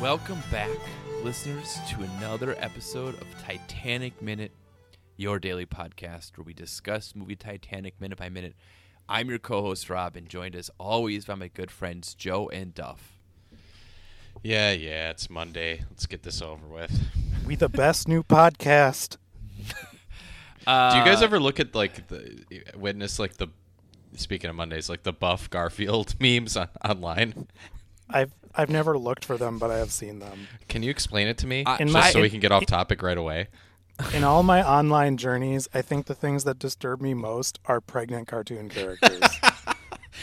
Welcome back, listeners, to another episode of Titanic Minute, your daily podcast where we discuss movie Titanic minute by minute. I'm your co host, Rob, and joined as always by my good friends, Joe and Duff. Yeah, yeah, it's Monday. Let's get this over with. Do We the best new podcast. Uh, you guys ever look at like the witness like the speaking of Mondays, like the buff Garfield memes on, online? I've I've never looked for them, but I have seen them. Can you explain it to me I- In just my- so we can get off topic right away? In all my online journeys, I think the things that disturb me most are pregnant cartoon characters.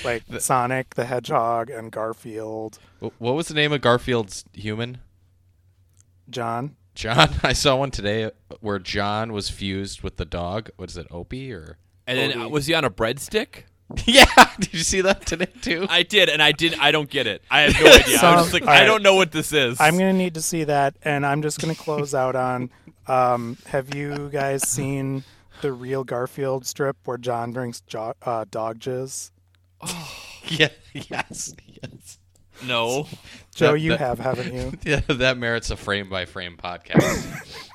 like Sonic the Hedgehog and Garfield. Wh- What was the name of Garfield's human? John, John. I saw one today where John was fused with the dog. What is it, Opie or? and then uh, was he on a breadstick? yeah, did you see that today too? I did, and I did. I don't get it. I have no idea. I Some- was just like, Um, all right. I don't know what this is. I'm going to need to see that and I'm just going to close out on um, have you guys seen the real Garfield strip where John drinks jo- uh, dog jizz? yeah, yes, yes. no, Joe, That- you that- have, haven't you? Yeah, that merits a frame by frame podcast.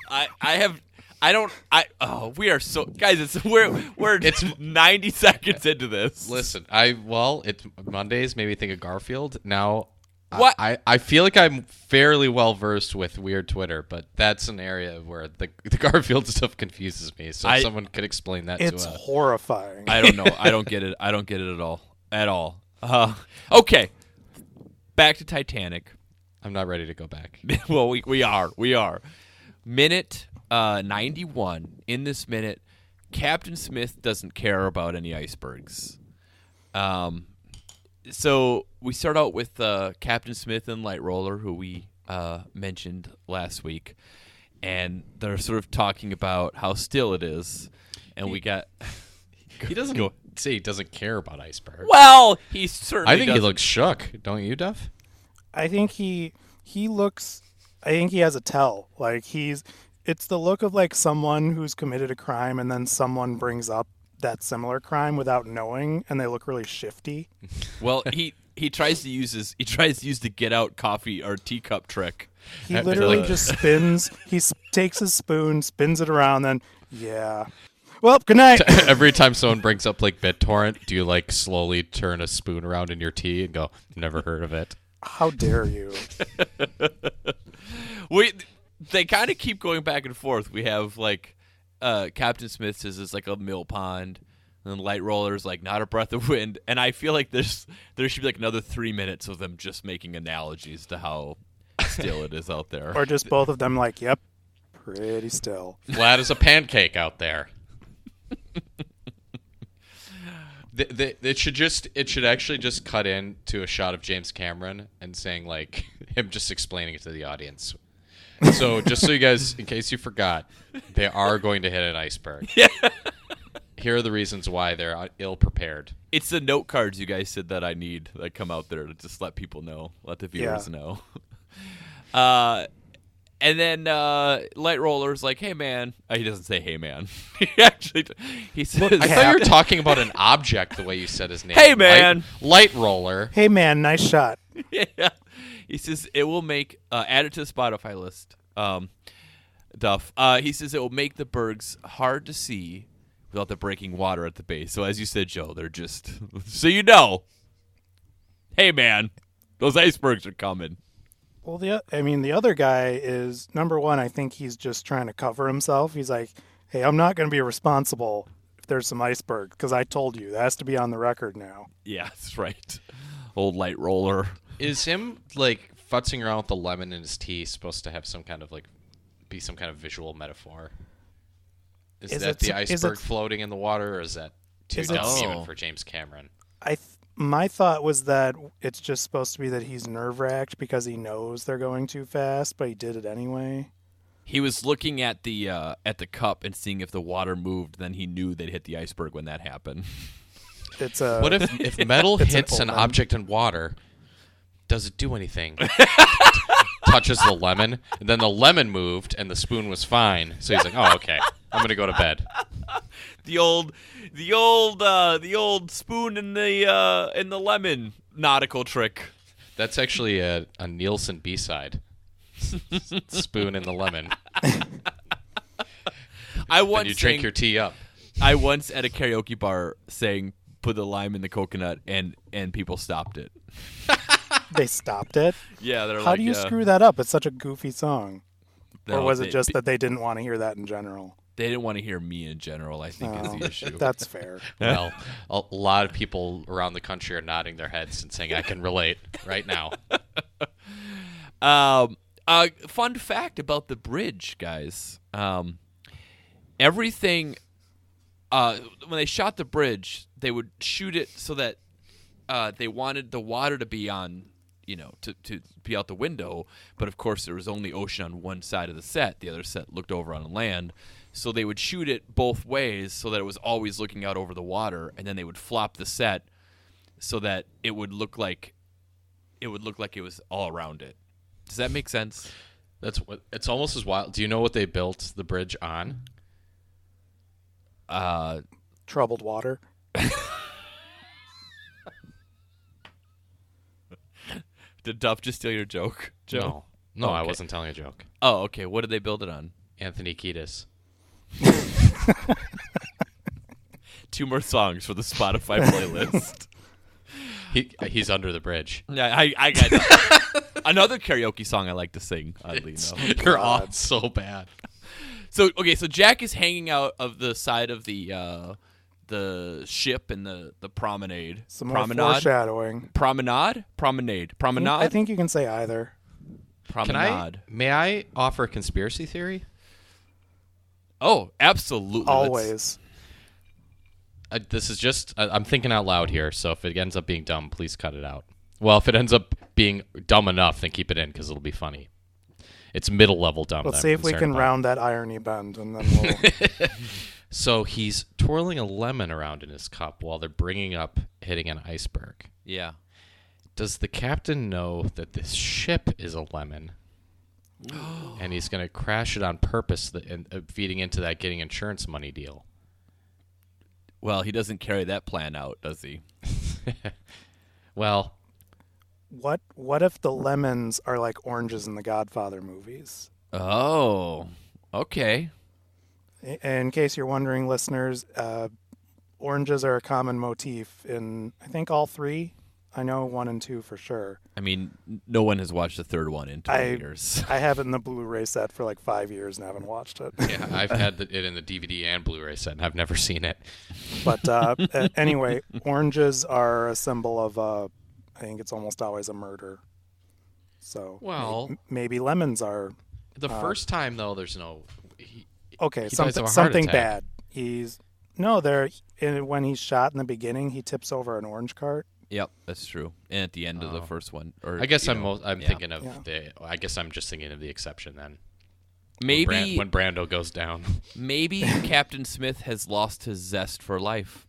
I, I have. I don't. I oh, we are so guys. It's we're we're it's It's- 90 seconds into this. Listen, I well, it's Mondays made me think of Garfield. Now, I- What? I, I, feel like I'm fairly well versed with weird Twitter, but that's an area where the, the Garfield stuff confuses me. So I- if someone could explain that It's to uh, us. horrifying. I don't know. I don't get it. I don't get it at all. At all. Uh, okay. Back to Titanic. I'm not ready to go back. well, we, we are. We are. Minute uh, 91. In this minute, Captain Smith doesn't care about any icebergs. Um, so we start out with uh, Captain Smith and Light Roller, who we uh, mentioned last week. And they're sort of talking about how still it is. And we got. He doesn't say he doesn't care about iceberg. Well, he certainly I think he doesn't. looks shook, don't you, Duff? I think he he looks I think he has a tell. Like he's it's the look of like someone who's committed a crime and then someone brings up that similar crime without knowing and they look really shifty. Well, he he tries to use his he tries to use the get out coffee or teacup trick. He I feel literally like- just spins he s- takes his spoon, spins it around then yeah. Well, good night. Every time someone brings up like BitTorrent, do you like slowly turn a spoon around in your tea and go, "Never heard of it"? How dare you? We they kind of keep going back and forth. We have like uh, Captain Smith says it's like a mill pond, and then Light Roller's like not a breath of wind. And I feel like there's there should be like another three minutes of them just making analogies to how still it is out there. Or just both of them like, yep, pretty still. flat as a pancake out there. The- the- it should just it should actually just cut in to a shot of James Cameron and saying like him just explaining it to the audience. So just so you guys, in case you forgot, they are going to hit an iceberg. Yeah. Here are the reasons why they're uh, ill prepared. It's the note cards you guys said that I need that come out there to just let people know, let the viewers Yeah. know. Uh, and then uh, Light Roller's like, "Hey man," uh, he doesn't say "Hey man." he actually he says, I thought you were talking about an object the way you said his name. Hey, Light- man. light roller. Hey man, nice shot. yeah. He says it will make uh, add it to the Spotify list. Um, Duff. Uh, he says it will make the bergs hard to see without the breaking water at the base. So as you said, Joe, they're just so you know. Hey man, those icebergs are coming. Well, the o- I mean, the other guy is number one. I think he's just trying to cover himself. He's like, "Hey, I'm not going to be responsible if there's some iceberg because I told you that has to be on the record now." Yeah, that's right. Old light roller. Is him like futzing around with the lemon in his tea supposed to have some kind of like be some kind of visual metaphor? Is, Is that it the sup- is it- iceberg floating in the water, or is that too Is it dumb sup- even for James Cameron? I th- my thought was that it's just supposed to be that he's nerve wracked because he knows they're going too fast, but he did it anyway. He was looking at the uh, at the cup and seeing if the water moved. Then he knew they'd hit the iceberg when that happened. It's a What if if metal Uh, It's an hits an omen. object in water? doesn't do anything. Touches the lemon, and then the lemon moved, and the spoon was fine. So he's like, "Oh, okay, I'm gonna go to bed." The old, the old, uh, the old spoon in the uh, in the lemon nautical trick. That's actually a, a Nielsen B-side. spoon in the lemon. I When once you drink sang- your tea up. I once at a karaoke bar sang "Put the lime in the coconut" and and people stopped it. They stopped it. Yeah, they're How like, do you yeah, screw that up? It's such a goofy song. no, or was they- it just that they didn't want to hear that in general? they didn't want to hear me in general? I think is Oh, the issue. That's fair. Well, a lot of people around the country are nodding their heads and saying, "I can relate right now." Um, uh, fun fact about the bridge, guys. Um, everything. Uh, when they shot the bridge, they would shoot it so that uh, they wanted the water to be on, you know, to, to be out the window. But of course, there was only ocean on one side of the set. The other set looked over on land. So they would shoot it both ways so that it was always looking out over the water. And then they would flop the set so that it would look like it would look like it was all around it. Does that make sense? That's what. It's almost as wild. Do you know what they built the bridge on? Uh, Troubled water. did Duff just steal your joke, Joe? No, no, I Okay. wasn't telling a joke. Oh, okay. What did they build it on? Anthony Kiedis. Two more songs for the Spotify playlist. He uh, he's under the bridge. yeah, I, I got another karaoke song I like to sing. Oddly enough. They're all so bad. So okay, so Jack is hanging out of the side of the uh, the ship and the the promenade. Some more promenade. foreshadowing. Promenade. Promenade. Promenade. Mm, I think you can say either. Can promenade. I? May I offer a conspiracy theory? Oh, absolutely. Let's- I, Always. Uh, this is just. I, I'm thinking out loud here. So if it ends up being dumb, please cut it out. Well, if it ends up being dumb enough, then keep it in because it'll be funny. It's middle level dumb. Let's that see I'm if we concerned can about. round that irony bend, and then we'll. So he's twirling a lemon around in his cup while they're bringing up hitting an iceberg. Yeah. Does the captain know that this ship is a lemon? and he's going to crash it on purpose, th- and uh, feeding into that getting insurance money deal. Well, he doesn't carry that plan out, does he? Well, what What if the lemons are like oranges in the Godfather movies? Oh, okay. I- In case you're wondering, listeners, uh, oranges are a common motif in I think all three. I know one and two for sure. I mean, n- no one has watched the third one in 20 I- years. I have it in the Blu-ray set for like five years and haven't watched it. yeah, I've had the, it in the DVD and Blu-ray set, and I've never seen it. But uh, a- anyway, oranges are a symbol of, uh, I think it's almost always a murder. So may- Well- maybe lemons are The first time though, there's no. He, okay. dies of a something heart something attack. bad. He's no there when he's shot in the beginning. He tips over an orange cart. yep, that's true. And at the end of the first one, or I guess you I'm know, most, I'm yeah. thinking of Yeah. the. I guess I'm just thinking of the exception then. maybe Bran- when Brando goes down. maybe Captain Smith has lost his zest for life.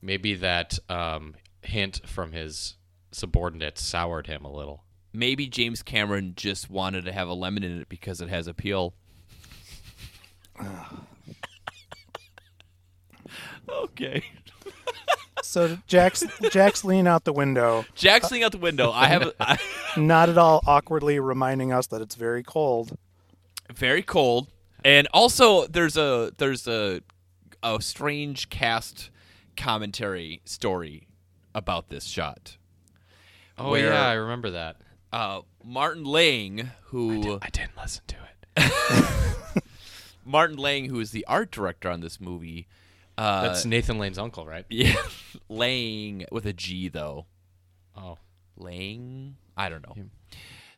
Maybe that um, hint from his subordinate soured him a little. Maybe James Cameron just wanted to have a lemon in it because it has appeal. okay. So Jack's Jack's leaning out the window, Jack's leaning out the window. I have a, I, not at all awkwardly reminding us that it's very cold. very cold and also there's a there's a a strange cast commentary story about this shot Oh Where- yeah, I remember that. uh, martin lang who I didn't listen to it. martin lang who is the art director on this movie uh, That's Nathan Lane's uncle, right? yeah lang with a g though Oh, lang i don't know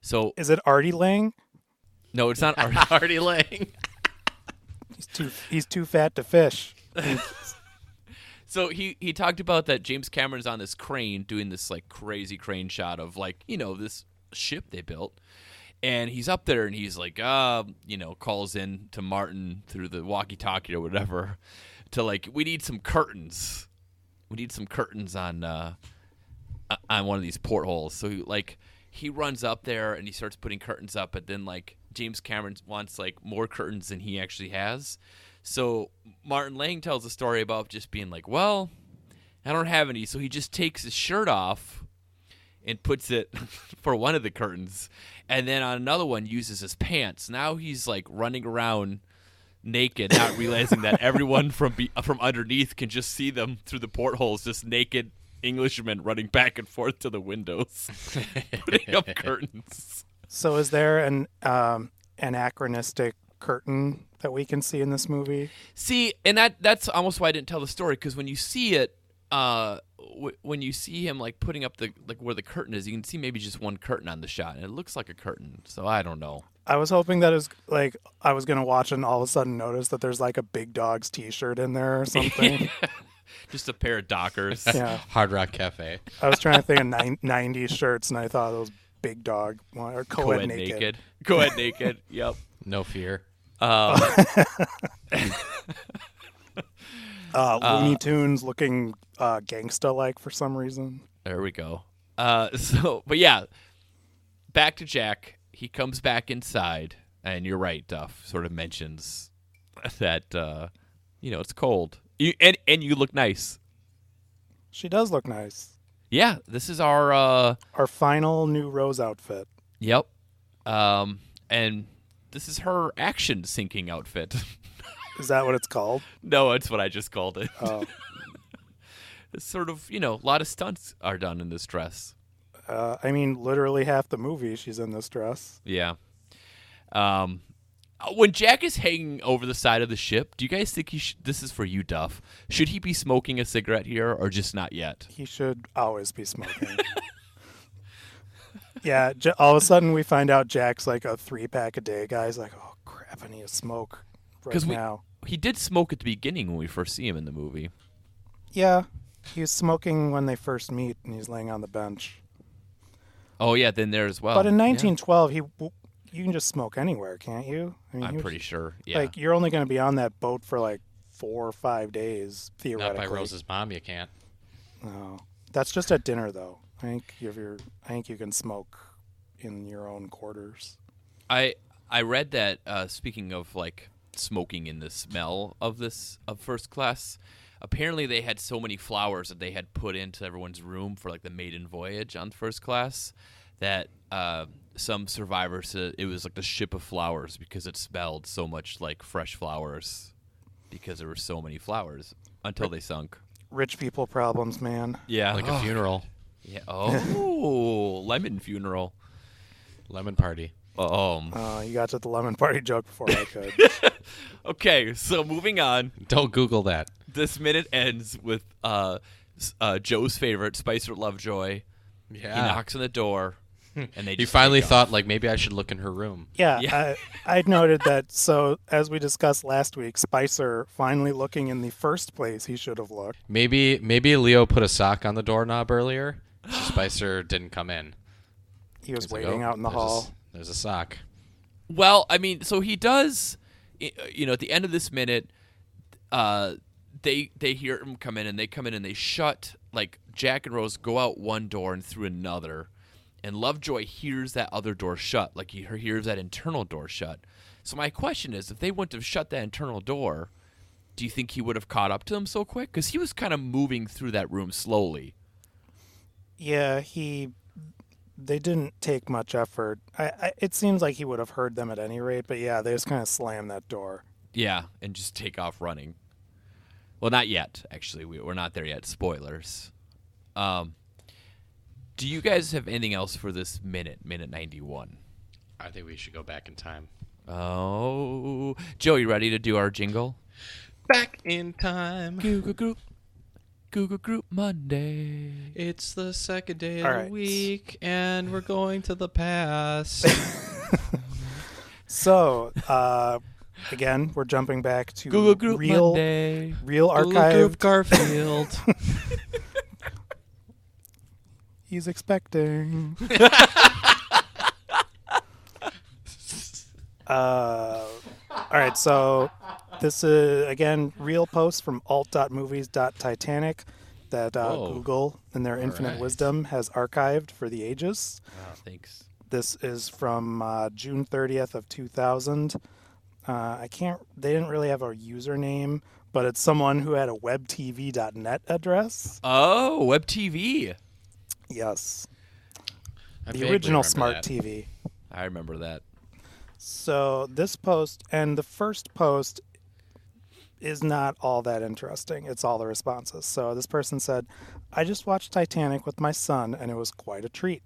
so Is it Artie Lang? no it's not art Artie Lang. He's too he's too fat to fish. So he he talked about that James Cameron's on this crane doing this like crazy crane shot of like you know this ship they built, and he's up there and he's like uh you know calls in to Martin through the walkie-talkie or whatever, to like we need some curtains, we need some curtains on uh uh, on one of these portholes. So he, like he runs up there and he starts putting curtains up, but then like James Cameron wants like more curtains than he actually has. So Martin Lang tells a story about just being like, "Well, I don't have any," so he just takes his shirt off and puts it for one of the curtains, and then on another one uses his pants. Now he's like running around naked, not realizing that everyone from be- uh, from underneath can just see them through the portholes, just naked Englishmen running back and forth to the windows, putting up curtains. So is there an um, anachronistic curtain that we can see in this movie? See, and that that's almost why I didn't tell the story because when you see it, uh, w- when you see him like putting up the like where the curtain is, you can see maybe just one curtain on the shot, and it looks like a curtain. So I don't know. I was hoping that it was like I was gonna watch and all of a sudden notice that there's like a big dog's T-shirt in there or something. Just a pair of dockers. yeah, Hard Rock Cafe. I was trying to think of nine, '90s shirts and I thought those big dog one or co-ed, Co-ed naked. naked. Co-ed naked. Yep. No fear. Um, Uh, Looney Tunes looking uh, gangsta like for some reason. There we go. Uh, so, but yeah, back to Jack. He comes back inside, and you're right. Duff sort of mentions that uh, you know it's cold, you, and and you look nice. She does look nice. Yeah, this is our uh, Our final new Rose outfit. yep, um, and this is her action sinking outfit. Is that what it's called? no, it's what I just called it. Oh, It's sort of you know a lot of stunts are done in this dress. uh, I mean, literally half the movie she's in this dress. Yeah. Um, when Jack is hanging over the side of the ship, do you guys think he? Sh- this is for you, Duff. Should he be smoking a cigarette here, or just not yet? He should always be smoking. yeah, j- all of a sudden we find out Jack's like a three pack a day guy. He's like, oh crap, I need to smoke right 'Cause we- now. He did smoke at the beginning when we first see him in the movie. Yeah, he was smoking when they first meet, and he's laying on the bench. Oh yeah, then there as well. But in Yeah, 1912, he w- you can just smoke anywhere, can't you? I mean, he I'm was- pretty sure. Yeah. Like you're only going to be on that boat for like four or five days Not theoretically. by Rose's mom, you can't. No, that's just at dinner though. I think if you're, I think you can smoke in your own quarters. I I read that uh, speaking of like smoking in the smell of this of first class, apparently they had so many flowers that they had put into everyone's room for like the maiden voyage on first class that uh, some survivors said it was like the ship of flowers because it smelled so much like fresh flowers because there were so many flowers until they sunk. Rich people problems, man. Yeah, Like a funeral, yeah. Oh, lemon funeral. lemon party. Um. Uh, you got to the lemon party joke before I could. Okay, so moving on. Don't Google that. this minute ends with uh, s- uh, Joe's favorite, Spicer Lovejoy. He knocks on the door, and they. Ah. Hmm. He just finally take off. thought, like, maybe I should look in her room. Yeah, Yeah. I, I noted that. So as we discussed last week, Spicer finally looking in the first place he should have looked. Maybe, maybe Leo put a sock on the doorknob earlier. so Spicer didn't come in. He was He's like, waiting "Oh, out in the there's a s- hall. there's a sock. Well, I mean, so he does. i- You know, at the end of this minute, uh, they they hear him come in, and they come in, and they shut. Like Jack and Rose go out one door and through another, and Lovejoy hears that other door shut. Like he hears that internal door shut. So my question is, if they wouldn't have shut that internal door, do you think he would have caught up to them so quick? Because he was kind of moving through that room slowly. Yeah, he. They didn't take much effort. I, I, it seems like he would have heard them at any rate, but yeah, they just kind of slammed that door. Yeah, and just take off running. Well, not yet. Actually, we, we're not there yet. Spoilers. Um, do you guys have anything else for this minute? Minute ninety-one. I think we should go back in time. Oh, Joe, you ready to do our jingle? Back in time. Google Group, Google Group Monday. It's the second day of All the right. week, and we're going to the past. So, uh, again, we're jumping back to Google Group real, Monday. real Group archive. Garfield. He's expecting. uh, all right, so this is again real posts from alt.movies.titanic. that uh, Whoa. Google, in their infinite right. wisdom, has archived for the ages. Ah, Wow, thanks. This is from uh, June 30th of 2000. Uh, I can't. They didn't really have a username, but it's someone who had a webtv.net address. Oh, web TV. Yes, I the vaguely original remember smart that. TV. I remember that. So this post and the first post is not all that interesting. It's all the responses. So this person said, I just watched Titanic with my son and it was quite a treat.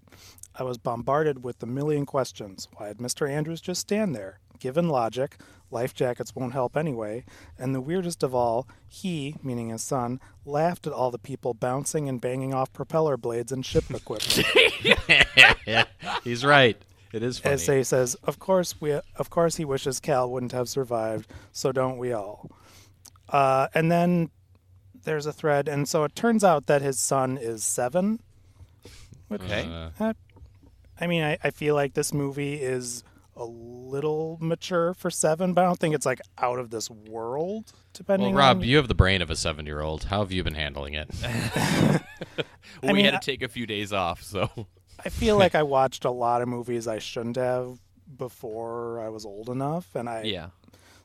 I was bombarded with a million questions. Why did Mr. Andrews just stand there? Given logic, life jackets won't help anyway. And the weirdest of all, he, meaning his son, laughed at all the people bouncing and banging off propeller blades and ship equipment. He's right. It is funny. SA says, "Of course we, of course he wishes Cal wouldn't have survived. So don't we all?" Uh, and then there's a thread, and so it turns out that his son is seven. Which, Okay. Uh, uh, I mean, I, I feel like this movie is a little mature for seven, but I don't think it's like out of this world. Depending well, Rob, on you have the brain of a seven-year-old. How have you been handling it? Well, I we mean, had I- to take a few days off, so I feel like I watched a lot of movies I shouldn't have before I was old enough, and I yeah.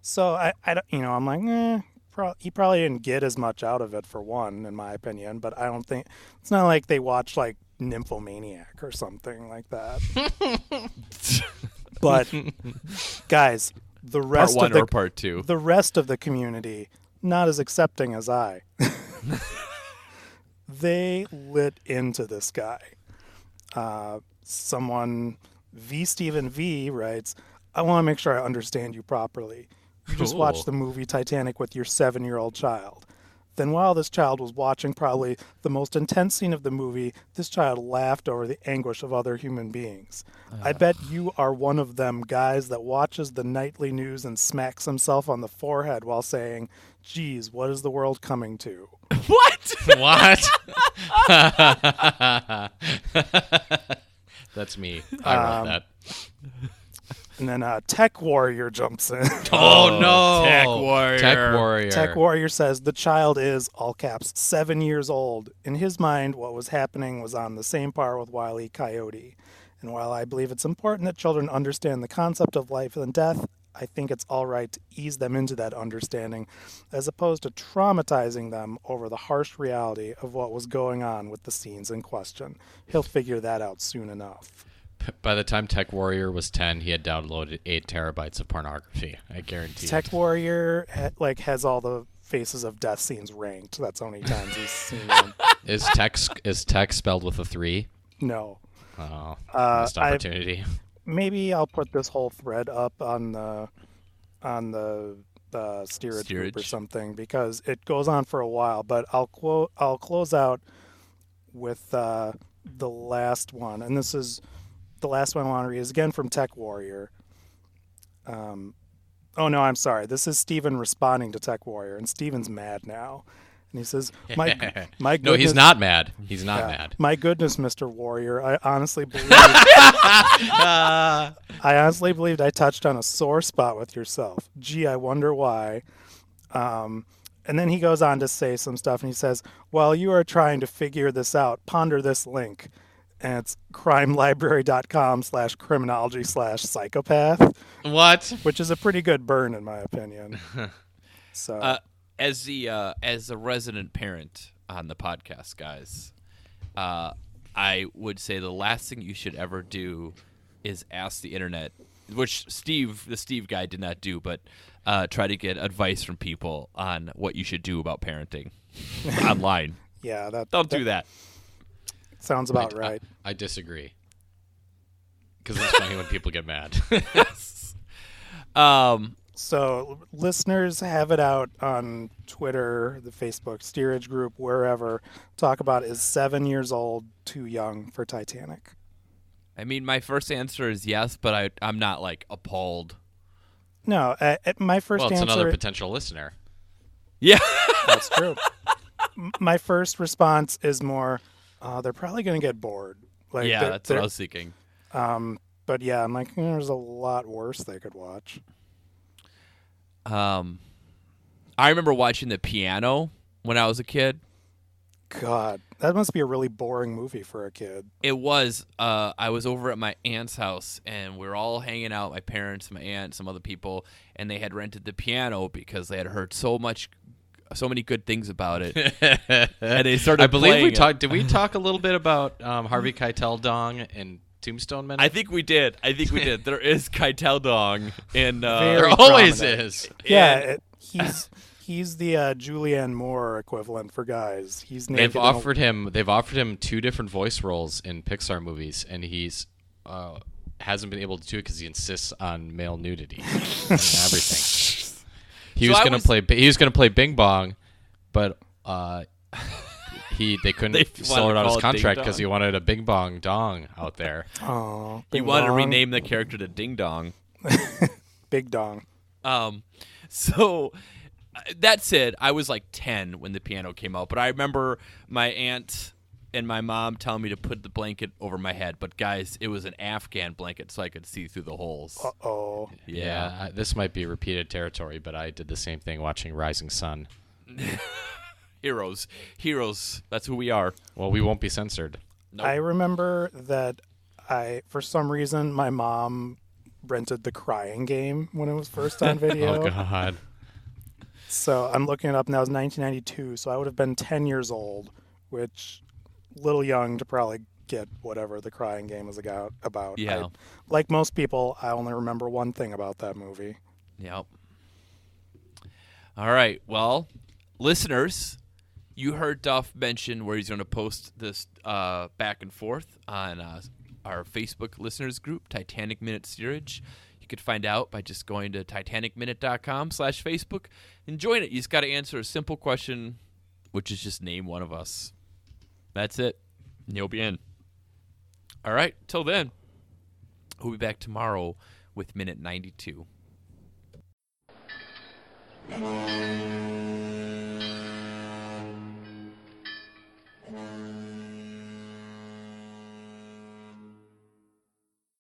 So I, I don't- you know, I'm like, eh, pro- he probably didn't get as much out of it for one, in my opinion. But I don't think it's not like they watched like Nymphomaniac or something like that. but guys, the Part rest one of the or part two. the rest of the community not as accepting as I. they lit into this guy. Uh, someone, V. Stephen V. writes, I want to make sure I understand you properly. You just Cool. watched the movie Titanic with your seven year old child. Then, while this child was watching probably the most intense scene of the movie, this child laughed over the anguish of other human beings. I bet you are one of them guys that watches the nightly news and smacks himself on the forehead while saying, Geez, what is the world coming to? What? what? That's me. I Um, wrote that. And then uh, Tech Warrior jumps in. Oh, no! Tech Warrior. Tech warrior. Tech Warrior says the child is, all caps, seven years old. In his mind, what was happening was on the same par with Wile E. Coyote. And while I believe it's important that children understand the concept of life and death, I think it's all right to ease them into that understanding as opposed to traumatizing them over the harsh reality of what was going on with the scenes in question. He'll figure that out soon enough. By the time Tech Warrior was ten, he had downloaded eight terabytes of pornography. I guarantee. it. Tech Warrior ha- like has all the faces of death scenes ranked. That's how many times he's seen them. Is tech sc- is tech spelled with a three? No. Oh, Uh, missed I've- opportunity. maybe I'll put this whole thread up on the on the uh, steerage, group or Steerage. something because it goes on for a while. But I'll quote I'll close out with uh, the last one, and this is the last one I want to read is again from Tech Warrior. Um, oh no, I'm sorry. This is Steven responding to Tech Warrior, and Steven's mad now, and he says, "My, my no, he's goodness- not mad. He's not yeah. mad. My goodness, Mr. Warrior, I honestly believe I honestly believed I touched on a sore spot with yourself. Gee, I wonder why. Um, and then he goes on to say some stuff, and he says, "While you are trying to figure this out, ponder this link." And it's crimelibrary.com slash criminology slash psychopath, What? which is a pretty good burn, in my opinion. So, Uh, as the uh, as a resident parent on the podcast, guys, uh, I would say the last thing you should ever do is ask the internet, which Steve, the Steve guy, did not do, but uh, try to get advice from people on what you should do about parenting online. yeah, that, Don't do that. that sounds about right. I disagree. Because it's funny when people get mad. Um, So, listeners, have it out on Twitter, the Facebook steerage group, wherever. Talk about is seven years old too young for Titanic? I mean, my first answer is yes, but I, I'm not like appalled. No, I, I- my first well, it's another answer. potential listener. Yeah. That's true. M- my first response is more, uh, they're probably going to get bored. Like, yeah, they're- that's what I they're- was thinking. Um, but yeah, I'm like, "Hmm, there's a lot worse they could watch. Um, I remember watching the piano when I was a kid. God, that must be a really boring movie for a kid. It was. Uh, I was over at my aunt's house, and we were all hanging out. My parents, my aunt, some other people, and they had rented the piano because they had heard so much, so many good things about it. and they started. I believe playing we it. talked. Did we talk a little bit about um, Harvey Keitel dong and Tombstone Men? I think we did. I think we did. There is Keitel Dong in Very uh, there always prominent. is. Yeah, it, he's he's the uh, Julianne Moore equivalent for guys. He's naked. They've in a- offered him. They've offered him two different voice roles in Pixar movies, and he's uh, hasn't been able to do it because he insists on male nudity and everything. He So was I gonna was- play. He was gonna play Bing Bong, but uh, he they couldn't They sell wanted to call it out it his Ding contract because Dong. he wanted a Bing Bong dong out there. Aw, he Bing wanted to Dong, rename the character to Ding Dong. Big Dong. Um, so uh, that said, I was like 10 when the piano came out, but I remember my aunt and my mom telling me to put the blanket over my head. But guys, it was an Afghan blanket, so I could see through the holes. Oh, Yeah, I, this might be repeated territory, but I did the same thing watching Rising Sun. heroes, heroes. That's who we are. Well, we won't be censored. Nope. I remember that I for some reason my mom rented the Crying Game when it was first on video. Oh God. So I'm looking it up now. It's 1992, so I would have been 10 years old, which little young to probably get whatever the crying game was about. About I- Yeah. like most people, I only remember one thing about that movie. Yep. All right. Well, listeners, you heard Duff mention where he's going to post this uh, back and forth on uh, our Facebook listeners group, Titanic Minute Steerage. You could find out by just going to titanicminute.com slash Facebook and join it. You just got to answer a simple question, which is just name one of us. That's it. And You'll be in. All right. Till then, we'll be back tomorrow with Minute 92.